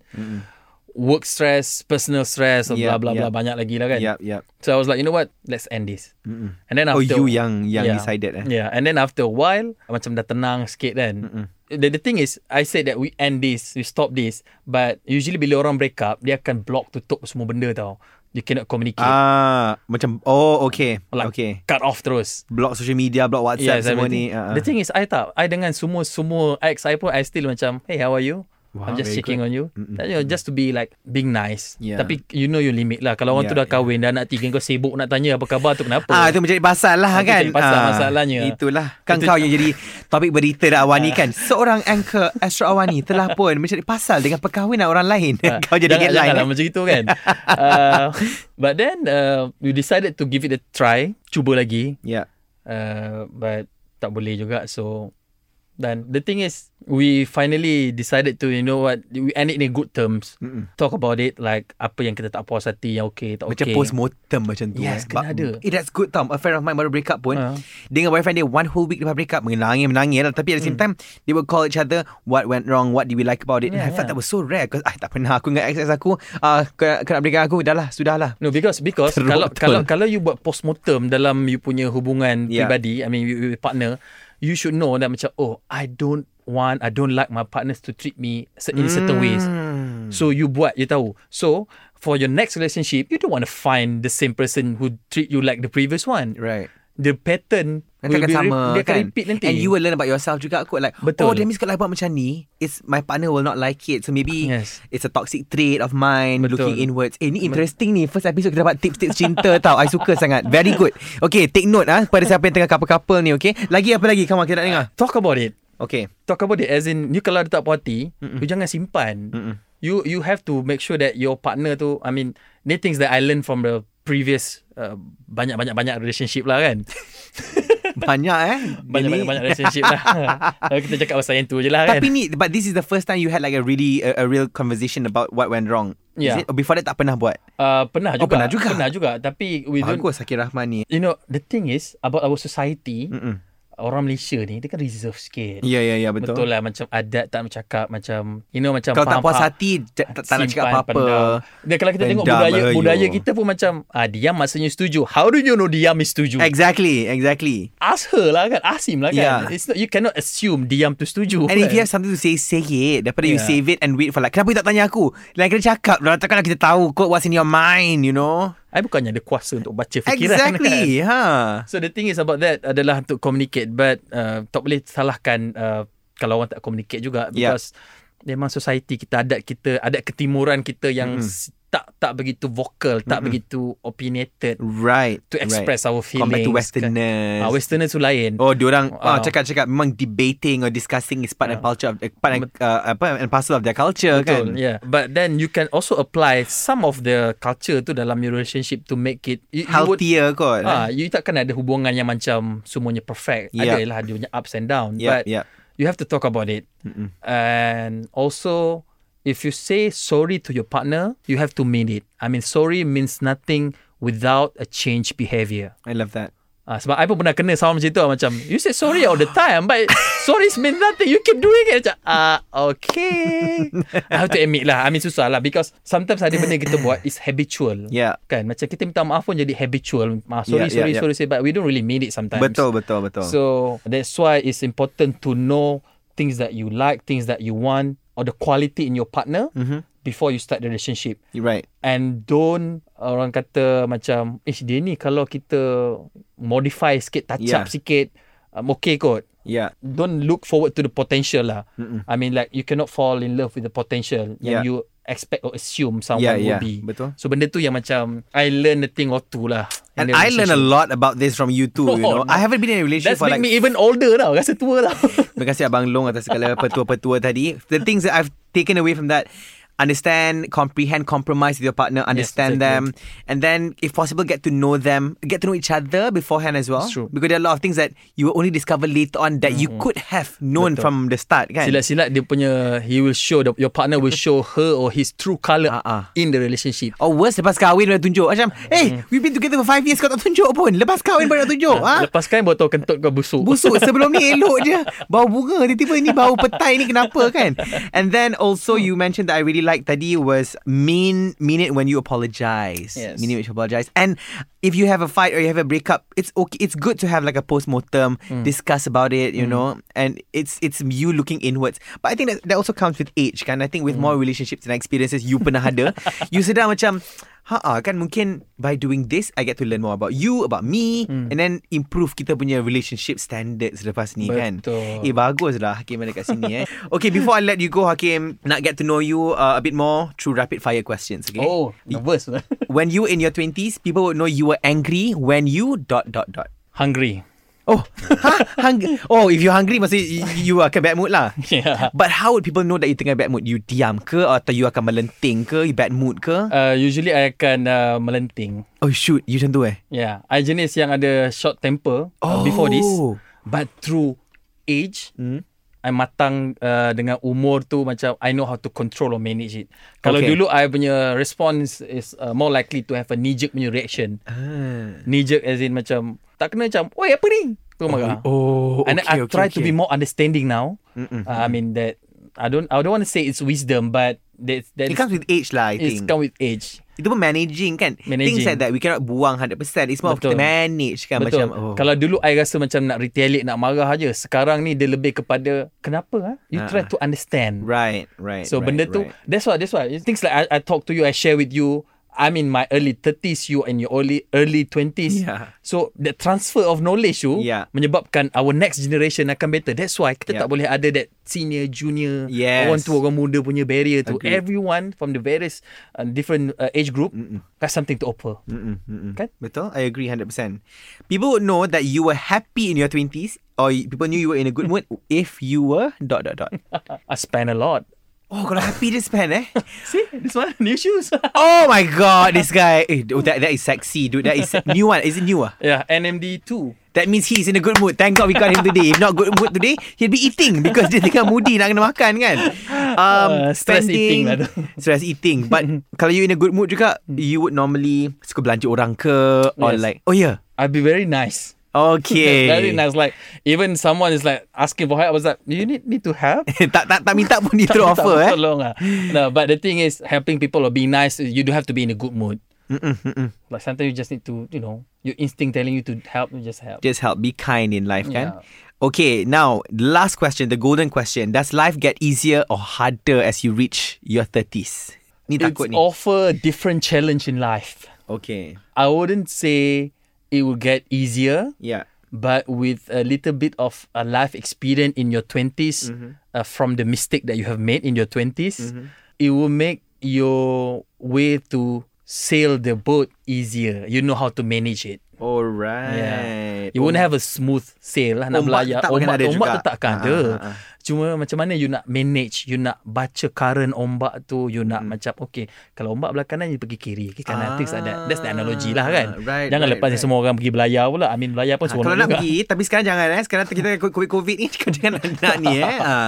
Speaker 4: work stress, personal stress,
Speaker 3: Yep,
Speaker 4: blah blah blah
Speaker 3: yep.
Speaker 4: banyak lagi lah kan.
Speaker 3: Yep, yep.
Speaker 4: So I was like, you know what? Let's end this. And then
Speaker 3: Oh,
Speaker 4: after
Speaker 3: you yang yang
Speaker 4: Yeah.
Speaker 3: decided eh.
Speaker 4: Yeah, and then after a while macam dah tenang sikit kan. The, the thing is I said that we end this, we stop this, but usually bila orang break up dia akan block tutup semua benda tau. You cannot communicate.
Speaker 3: Ah, macam oh okay.
Speaker 4: like
Speaker 3: okay.
Speaker 4: cut off terus.
Speaker 3: Block social media, block WhatsApp
Speaker 4: Yes,
Speaker 3: semua ni.
Speaker 4: everything.
Speaker 3: ah, ah.
Speaker 4: The thing is, I tak. I dengan semua semua ex I pun, I still macam, hey, how are you?
Speaker 3: Wow,
Speaker 4: I'm just
Speaker 3: very
Speaker 4: checking
Speaker 3: good.
Speaker 4: on you. You know, just to be like being nice.
Speaker 3: Yeah.
Speaker 4: Tapi you know your limit lah. Kalau orang tu
Speaker 3: Yeah,
Speaker 4: dah kahwin, dah anak tiga, kau sibuk nak tanya apa khabar tu kenapa?
Speaker 3: Ah, itu menjadi pasal lah
Speaker 4: Itu
Speaker 3: kan.
Speaker 4: jadi pasal
Speaker 3: ah,
Speaker 4: masalahnya. Ah.
Speaker 3: Itulah. Kan
Speaker 4: Itu-
Speaker 3: kau yang jadi topik berita dah awani kan. Seorang anchor Astro Awani telah pun menjadi pasal dengan perkahwinan orang lain. kau jadi
Speaker 4: Ah. jangan,
Speaker 3: headline.
Speaker 4: Janganlah
Speaker 3: eh.
Speaker 4: macam itu kan. uh, but then uh, you decided to give it a try, cuba lagi.
Speaker 3: Yeah.
Speaker 4: Uh, but tak boleh juga. So dan the thing is we finally decided to you know what we end it in good terms.
Speaker 3: Mm-mm.
Speaker 4: Talk about it like apa yang kita tak puas hati yang okay tak
Speaker 3: Macam
Speaker 4: okay.
Speaker 3: post-mortem macam tu eh.
Speaker 4: Yes, kena ada.
Speaker 3: Eh that's good tau A friend of mine baru break up pun
Speaker 4: Ha.
Speaker 3: Dia dengan boyfriend dia One whole week lepas break up Menangis-menangis lah Tapi at the same time They would call each other What went wrong What did we like about it And
Speaker 4: Hmm.
Speaker 3: I
Speaker 4: Yeah,
Speaker 3: felt
Speaker 4: yeah.
Speaker 3: that was so rare Because I tak pernah Aku dengan ex-ex aku uh, kena, kena break up aku Dah lah Sudah lah
Speaker 4: No because because
Speaker 3: Teruk
Speaker 4: kalau
Speaker 3: betul.
Speaker 4: kalau kalau you buat post mortem dalam you punya hubungan
Speaker 3: Yeah.
Speaker 4: yeah. pribadi, I mean you, you partner, you should know that macam oh I don't want I don't like my partners to treat me se- in certain
Speaker 3: Mm.
Speaker 4: ways so you buat you tahu so for your next relationship you don't want to find the same person who treat you like the previous one
Speaker 3: Right.
Speaker 4: the pattern
Speaker 3: Nanti akan
Speaker 4: will be re-
Speaker 3: sama
Speaker 4: dia akan
Speaker 3: kan?
Speaker 4: repeat nanti
Speaker 3: And you will learn about yourself juga kot Like
Speaker 4: Betul.
Speaker 3: Oh that means kalau I buat macam ni It's my partner will not like it So maybe
Speaker 4: Yes.
Speaker 3: It's a toxic trait of mine
Speaker 4: Betul.
Speaker 3: Looking inwards Eh ni interesting ni First episode kita dapat tips-tips cinta tau I suka sangat Very good Okay take note ah Pada siapa yang tengah couple-couple ni okay Lagi apa lagi Come on kita nak dengar
Speaker 4: talk about it
Speaker 3: Okay
Speaker 4: talk about it as in you kalau dia tak puas hati you jangan simpan you you have to make sure that your partner tu I mean the things that I learned from the previous uh, banyak banyak banyak relationship lah kan
Speaker 3: Banyak eh
Speaker 4: banyak
Speaker 3: Ini-
Speaker 4: banyak banyak relationship lah Kalau kita cakap pasal yang tu je lah kan
Speaker 3: Tapi ni But this is the first time You had like a really A, a real conversation About what went wrong Is
Speaker 4: Yeah.
Speaker 3: it? Or Before that tak pernah buat
Speaker 4: uh, pernah juga
Speaker 3: Oh, pernah juga.
Speaker 4: pernah juga tapi we don't
Speaker 3: Bagus Sakir Rahman ni
Speaker 4: you know the thing is about our society
Speaker 3: Mm-mm.
Speaker 4: orang Malaysia ni dia kan reserve sikit
Speaker 3: Ya ya ya betul
Speaker 4: betul lah macam adat tak nak cakap macam you know macam
Speaker 3: Kalau tak
Speaker 4: faham-
Speaker 3: puas
Speaker 4: faham-
Speaker 3: hati j- tak, tak nak cakap
Speaker 4: simpan
Speaker 3: apa-apa
Speaker 4: pendam. Dan kalau kita tengok
Speaker 3: Pendam
Speaker 4: budaya
Speaker 3: lah you.
Speaker 4: budaya kita pun macam ah diam maksudnya setuju. How do you know diam is setuju?
Speaker 3: Exactly, exactly.
Speaker 4: Ask her lah kan, ask him lah kan.
Speaker 3: Yeah.
Speaker 4: It's not, you cannot assume diam tu setuju.
Speaker 3: And
Speaker 4: kan?
Speaker 3: if you have something to say, say it. Daripada you
Speaker 4: Yeah.
Speaker 3: save it and wait for like, kenapa you tak tanya aku? Lain kali cakap. Dah takkanlah kita tahu kot what's in your mind, you know?
Speaker 4: I bukannya ada kuasa untuk baca fikiran. Kan?
Speaker 3: Exactly, ha.
Speaker 4: So the thing is about that adalah untuk communicate but uh, tak boleh salahkan uh, kalau orang tak communicate juga
Speaker 3: Yeah.
Speaker 4: because memang society kita adat kita adat ketimuran kita yang
Speaker 3: Mm-hmm.
Speaker 4: s- tak tak begitu vocal, tak begitu opinionated
Speaker 3: Right.
Speaker 4: to express
Speaker 3: right.
Speaker 4: our feelings.
Speaker 3: Compared to
Speaker 4: kan.
Speaker 3: Westerners.
Speaker 4: Ah, Westerner tu lain.
Speaker 3: Oh, diorang
Speaker 4: Ah.
Speaker 3: ah, cakap-cakap memang debating or discussing is part and culture of part and, uh, apa and parcel of their culture
Speaker 4: Betul,
Speaker 3: kan.
Speaker 4: yeah. But then you can also apply some of the culture tu dalam your relationship to make it you, you would-
Speaker 3: Healthier kot.
Speaker 4: Ah, you takkan ada hubungan yang macam semuanya perfect.
Speaker 3: Yeah.
Speaker 4: Ada lah dia punya ups and down.
Speaker 3: Yeah,
Speaker 4: but
Speaker 3: yeah.
Speaker 4: you have to talk about it. And also, if you say sorry to your partner, you have to mean it. I mean, sorry means nothing without a change behavior.
Speaker 3: I love that.
Speaker 4: Ah, sebab I pun pernah kena sound macam tu lah, Macam You say sorry all the time But sorry means nothing You keep doing it Macam ah, Okay I have to admit lah I mean susah lah Because sometimes ada benda kita buat Is habitual
Speaker 3: Yeah.
Speaker 4: Kan macam kita minta maaf pun Jadi habitual maaf,
Speaker 3: Yeah,
Speaker 4: Sorry
Speaker 3: yeah,
Speaker 4: sorry
Speaker 3: yeah.
Speaker 4: sorry say, But we don't really mean it sometimes
Speaker 3: Betul, betul, betul.
Speaker 4: So that's why it's important to know Things that you like Things that you want Or the quality in your partner
Speaker 3: Mm-hmm.
Speaker 4: Before you start the relationship
Speaker 3: You're right.
Speaker 4: And don't Orang kata macam Eh dia ni kalau kita Modify sikit Touch
Speaker 3: Yeah.
Speaker 4: up sikit um, Okay kot
Speaker 3: Yeah.
Speaker 4: Don't look forward to the potential lah Mm-mm. I mean like You cannot fall in love with the potential Yang
Speaker 3: Yeah.
Speaker 4: you expect or assume Someone
Speaker 3: Yeah, yeah.
Speaker 4: will be
Speaker 3: Betul.
Speaker 4: So benda tu yang macam I learn a thing or two lah in
Speaker 3: And
Speaker 4: the
Speaker 3: I learn a
Speaker 4: relationship.
Speaker 3: lot about this from you too. you know,
Speaker 4: Oh, no.
Speaker 3: I haven't been in a relationship
Speaker 4: That's
Speaker 3: for
Speaker 4: make
Speaker 3: like.
Speaker 4: me even older tau Rasa tua lah. tau
Speaker 3: Terima kasih Abang Long atas segala petua-petua tadi. The things that I've taken away from that. Understand, comprehend, compromise with your partner, understand
Speaker 4: exactly.
Speaker 3: them, and then if possible, get to know them, get to know each other beforehand as well.
Speaker 4: It's true. Mm-hmm.
Speaker 3: Because there are a lot of things that you will only discover later on that you could have known
Speaker 4: Betul.
Speaker 3: from the start, kan?
Speaker 4: Silat-silat dia punya He will show the, Your partner will show her Or his true colour
Speaker 3: Ah, ah.
Speaker 4: In the relationship
Speaker 3: Or worse, lepas kahwin baru tunjuk. Macam, hey, we've been together for five years, kau tak tunjuk pun. Lepas kahwin baru nak tunjuk. ha?
Speaker 4: Mm-hmm. Lepas kan baru tahu kentut kau busuk
Speaker 3: Busuk sebelum ni elok je Bau bunga Tiba-tiba ni bau petai ni kenapa kan And then also you mentioned that I really like tadi was mean mean it when you apologize
Speaker 4: Yes.
Speaker 3: mean it when you apologize and if you have a fight or you have a breakup it's okay it's good to have like a post-mortem
Speaker 4: Mm.
Speaker 3: discuss about it you know and it's it's you looking inwards but I think that, that also comes with age kan I think with
Speaker 4: Mm.
Speaker 3: more relationships and experiences you pernah ada you sedar macam Ha ah, kan mungkin by doing this I get to learn more about you, about me
Speaker 4: Mm.
Speaker 3: and then improve kita punya relationship standards lepas ni kan.
Speaker 4: Betul.
Speaker 3: Eh bagus lah Hakim ada kat sini eh. okay, before I let you go Hakim, nak get to know you uh, a bit more through rapid fire questions, okay?
Speaker 4: Oh, nervous lah.
Speaker 3: When you in your 20s, people would know you were angry when you dot dot dot.
Speaker 4: Hungry.
Speaker 3: Oh, ha, hungry. Oh, if you're hungry maksudnya you, you akan bad mood lah.
Speaker 4: Yeah.
Speaker 3: But how would people know that you tengah bad mood? You diam ke atau you akan melenting ke, you bad mood ke?
Speaker 4: Uh, usually I akan uh, melenting.
Speaker 3: oh shoot, you macam tu eh.
Speaker 4: Yeah. I jenis yang ada short temper
Speaker 3: Oh.
Speaker 4: uh, before this. But through age,
Speaker 3: Hmm.
Speaker 4: mm. I matang uh, dengan umur tu macam I know how to control or manage it. Kalau
Speaker 3: Okay.
Speaker 4: dulu I punya response is uh, more likely to have a knee-jerk punya reaction. Knee-jerk as in macam tak kena macam, oi apa ni? Tu marah.
Speaker 3: Oh,
Speaker 4: lah. and then I try to be more understanding now. Uh, I mean that I don't I don't want to say it's wisdom, but that that
Speaker 3: It
Speaker 4: is-
Speaker 3: comes with age lah, I
Speaker 4: it's
Speaker 3: think.
Speaker 4: come with age.
Speaker 3: Itu pun managing kan Things
Speaker 4: Managing.
Speaker 3: like that We cannot buang 100% It's more of kita
Speaker 4: Betul.
Speaker 3: manage kan
Speaker 4: Betul.
Speaker 3: Macam oh.
Speaker 4: Kalau dulu I rasa macam nak retaliate, nak marah aja. Sekarang ni dia lebih kepada kenapa ah? You
Speaker 3: Ah.
Speaker 4: try to understand.
Speaker 3: Right right
Speaker 4: So
Speaker 3: right,
Speaker 4: benda tu
Speaker 3: right.
Speaker 4: That's why That's why Things like I, I talk to you I share with you I'm in my early 30s You in your early early 20s
Speaker 3: Yeah.
Speaker 4: So the transfer of knowledge tu
Speaker 3: Yeah.
Speaker 4: Menyebabkan Our next generation akan better That's why Kita
Speaker 3: Yeah.
Speaker 4: tak boleh ada that Senior, junior
Speaker 3: Yes.
Speaker 4: Orang tua, orang muda punya barrier tu
Speaker 3: Agreed.
Speaker 4: Everyone from the various uh, Different uh, age group Got something to offer
Speaker 3: Mm-mm, mm-mm.
Speaker 4: Kan?
Speaker 3: Betul I agree 100% People would know that you were happy in your 20s Or y- people knew you were in a good mood If you were Dot dot dot
Speaker 4: I spend a lot
Speaker 3: Oh kalau happy just pen eh
Speaker 4: See This one New shoes
Speaker 3: Oh my god This guy eh, oh, that, that is sexy dude That is new one Is it new ah?
Speaker 4: Yeah NMD2
Speaker 3: That means he's in a good mood. Thank God we got him today. If not good mood today, he'll be eating because dia tengah moody nak kena makan kan.
Speaker 4: Uh, stress eating lah tu.
Speaker 3: Stress eating. But kalau you in a good mood juga, you would normally suka belanja orang ke or
Speaker 4: Yes.
Speaker 3: like, oh yeah,
Speaker 4: I'll be very nice
Speaker 3: okay.
Speaker 4: Very nice. Like even someone is like asking for help. I was like, you need me to help.
Speaker 3: tak, tak, tak minta pun dia
Speaker 4: Tak
Speaker 3: terus
Speaker 4: minta
Speaker 3: offer eh.
Speaker 4: Tolong lah. No, but the thing is, helping people or being nice, you do have to be in a good mood. Like sometimes you just need to, you know, your instinct telling you to help, you just help.
Speaker 3: Just help. Be kind in life kan.
Speaker 4: Yeah.
Speaker 3: Okay, now the last question, the golden question. Does life get easier or harder as you reach your 30s? Ni
Speaker 4: It's
Speaker 3: takut ni.
Speaker 4: offer a different challenge in life.
Speaker 3: Okay.
Speaker 4: I wouldn't say it will get easier,
Speaker 3: Yeah.
Speaker 4: but with a little bit of a life experience in your 20s
Speaker 3: Mm-hmm.
Speaker 4: uh, from the mistake that you have made in your 20s it will make your way to sail the boat easier you know how to manage it
Speaker 3: Alright.
Speaker 4: You won't have a smooth sail lah
Speaker 3: Oh.
Speaker 4: nak
Speaker 3: Ombak
Speaker 4: belayar.
Speaker 3: tetap akan ada
Speaker 4: ombak
Speaker 3: juga.
Speaker 4: tetap akan
Speaker 3: Ah,
Speaker 4: ada.
Speaker 3: ah, ah.
Speaker 4: Cuma macam mana you nak manage, you nak baca current ombak tu, you nak
Speaker 3: Hmm.
Speaker 4: macam okay, kalau ombak belah kanan you pergi kiri, ke kanan things like that. That's the analogy lah
Speaker 3: Ah,
Speaker 4: kan.
Speaker 3: right,
Speaker 4: Jangan
Speaker 3: right,
Speaker 4: lepas ni
Speaker 3: right.
Speaker 4: semua orang pergi belayar pula. I mean belayar
Speaker 3: Ha,
Speaker 4: pun semua
Speaker 3: kalau
Speaker 4: orang
Speaker 3: nak
Speaker 4: juga.
Speaker 3: pergi Tapi sekarang jangan eh Sekarang kita COVID-COVID ni Kau jangan nak, nak ni eh ha.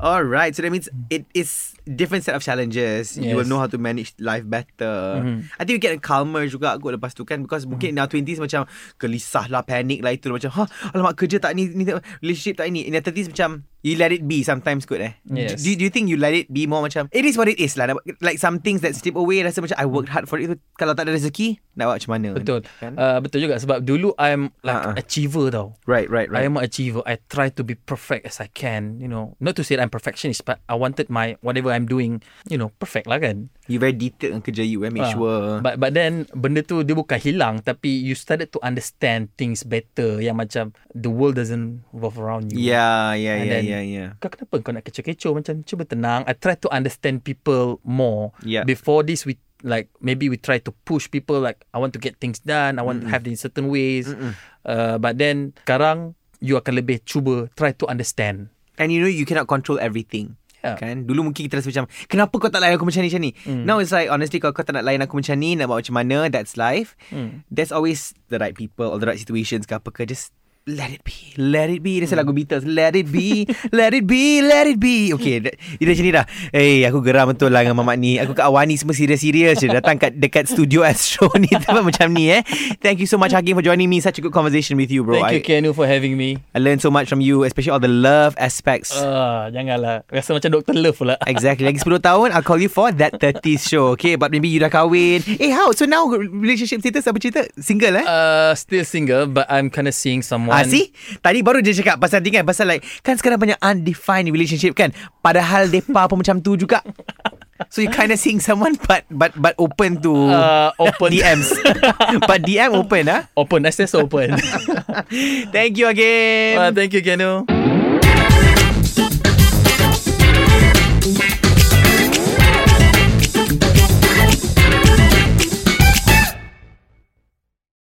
Speaker 3: Alright So that means It is different set of challenges You will
Speaker 4: Yes. Mm-hmm.
Speaker 3: know how to manage life better I think you get calmer juga kot Lepas tu kan Because mungkin in our 20s Macam gelisah lah Panic lah itu Macam ha, Alamak kerja tak ni, ni tak- Relationship tak ni In our 30s macam You let it be sometimes kot eh
Speaker 4: Yes.
Speaker 3: do, do you think you let it be more macam It is what it is lah Like some things that slip away Rasa macam I worked hard for it Kalau tak ada rezeki Nak buat macam mana
Speaker 4: Betul.
Speaker 3: kan?
Speaker 4: Uh, betul juga sebab dulu I'm like
Speaker 3: Ah, ah.
Speaker 4: achiever tau.
Speaker 3: Right right right
Speaker 4: I am an achiever. I try to be perfect as I can. You know, not to say that I'm perfectionist, but I wanted my whatever I'm doing, you know, perfect lah kan.
Speaker 3: You very detailed dengan kerja you eh Make
Speaker 4: Ah,
Speaker 3: sure
Speaker 4: But but then benda tu dia bukan hilang tapi you started to understand things better yang macam the world doesn't revolve around you.
Speaker 3: Yeah yeah
Speaker 4: And
Speaker 3: yeah
Speaker 4: then-
Speaker 3: yeah yeah
Speaker 4: Kau kenapa kau nak kecoh-kecoh macam cuba tenang. I try to understand people more.
Speaker 3: Yeah.
Speaker 4: Before this we like maybe we try to push people like I want to get things done. I want to have it in certain ways. Uh, but then sekarang you akan lebih cuba try to understand.
Speaker 3: And you know you cannot control everything
Speaker 4: Yeah. Hmm.
Speaker 3: Kan Dulu mungkin kita rasa macam Kenapa kau tak layan aku macam ni macam ni Now it's like Honestly kalau kau tak nak layan aku macam ni Nak buat macam mana That's life
Speaker 4: Hmm.
Speaker 3: There's always The right people Or the right situations ke apa ke Just Let it be Let it be Dia
Speaker 4: Hmm.
Speaker 3: lagu Beatles Let it be Let it be Let it be Okay that- Dia dah macam ni dah Eh hey, aku geram betul lah Dengan mamat ni Aku kat Awani Semua serius-serius je Datang kat dekat studio Astro ni tu pun Macam ni eh Thank you so much Hakim for joining me Such a good conversation with you bro
Speaker 4: Thank you
Speaker 3: I,
Speaker 4: Keanu for having me.
Speaker 3: I learned so much from you Especially all the love aspects
Speaker 4: Ah, janganlah. Rasa macam Dr. Love pula.
Speaker 3: Exactly Lagi 10 tahun I'll call you for That 30s show Okay But maybe you dah kahwin Eh how So now relationship status Apa cerita Single eh
Speaker 4: Uh, still single, but I'm kind of seeing someone.
Speaker 3: Ah, see? Tadi baru dia cakap pasal ni kan Pasal like Kan sekarang banyak undefined relationship kan Padahal depa pun macam tu juga So you kind of seeing someone But but but open to
Speaker 4: Uh, open
Speaker 3: DMs But DM open ah.
Speaker 4: Open. I said so open.
Speaker 3: Thank you again
Speaker 4: uh, thank you, Kenu.